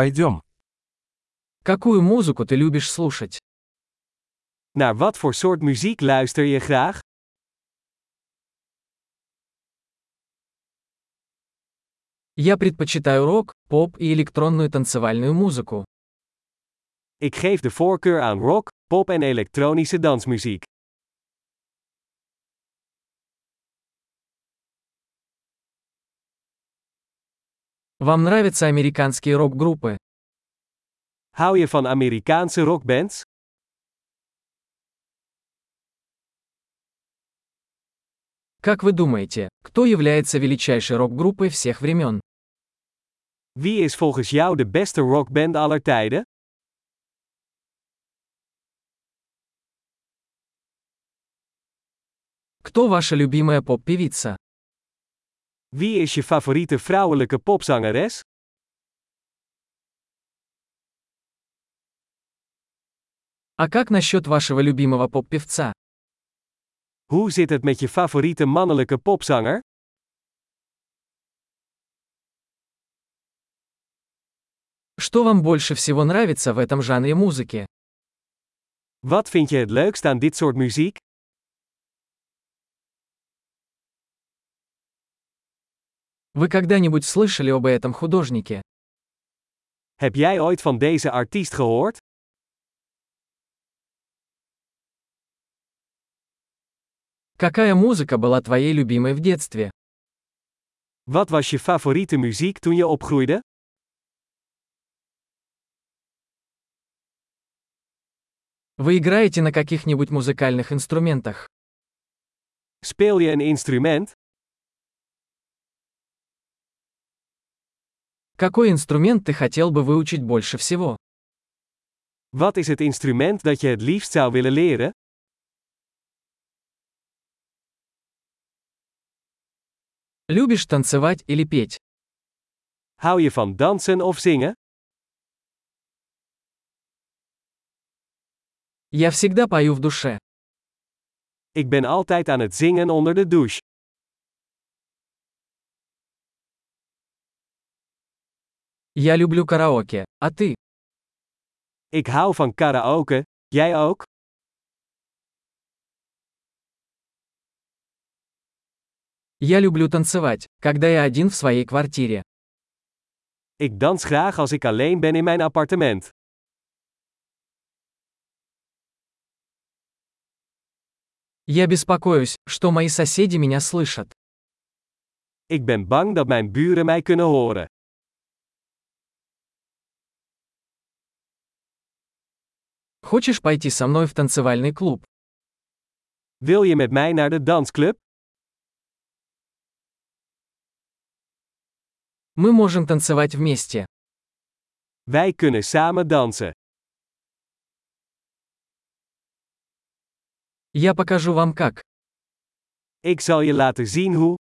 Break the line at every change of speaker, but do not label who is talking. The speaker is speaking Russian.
Пойдем.
Какую музыку ты любишь слушать?
Naar wat voor soort muziek luister je graag?
Я предпочитаю рок, поп и электронную танцевальную музыку.
Ik geef de voorkeur aan rock, pop en elektronische dansmuziek.
Вам нравятся американские рок-группы?
Hou je van Amerikaanse rockbands?
Как вы думаете, кто является величайшей рок-группой всех времен?
Wie is volgens jou de beste rockband aller tijden?
Кто ваша любимая поп-певица?
Wie is je favoriete vrouwelijke popzangeres?
А как насчет вашего любимого поп-певца?
Hoe zit het met je favoriete mannelijke popzanger?
Что вам больше всего нравится в этом жанре музыки?
Wat vind je het leukst aan dit soort muziek?
Вы когда-нибудь слышали об этом художнике?
Heb jij ooit van deze artiest gehoord?
Какая музыка была твоей любимой в детстве?
Wat was je favoriete muziek toen je opgroeide?
Вы играете на каких-нибудь музыкальных инструментах?
Speel je een instrument?
Какой инструмент ты хотел бы выучить больше всего?
Wat is het instrument dat je het liefst zou willen leren?
Любишь танцевать или петь?
Hou je van dansen of zingen?
Я всегда пою в душе.
Ik ben altijd aan het zingen onder de douche.
Я люблю караоке. А ты?
Ik hou van karaoke, jij ook?
Я люблю танцевать, когда я один в своей квартире.
Ik dans graag als ik alleen ben in mijn appartement.
Я беспокоюсь, что мои соседи меня слышат.
Ik ben bang dat mijn buren mij kunnen horen.
Хочешь пойти со мной в танцевальный клуб?
Wil je met mij naar de dansclub?
Мы можем танцевать вместе.
Wij kunnen samen dansen.
Я покажу вам как.
Ik zal je laten zien hoe.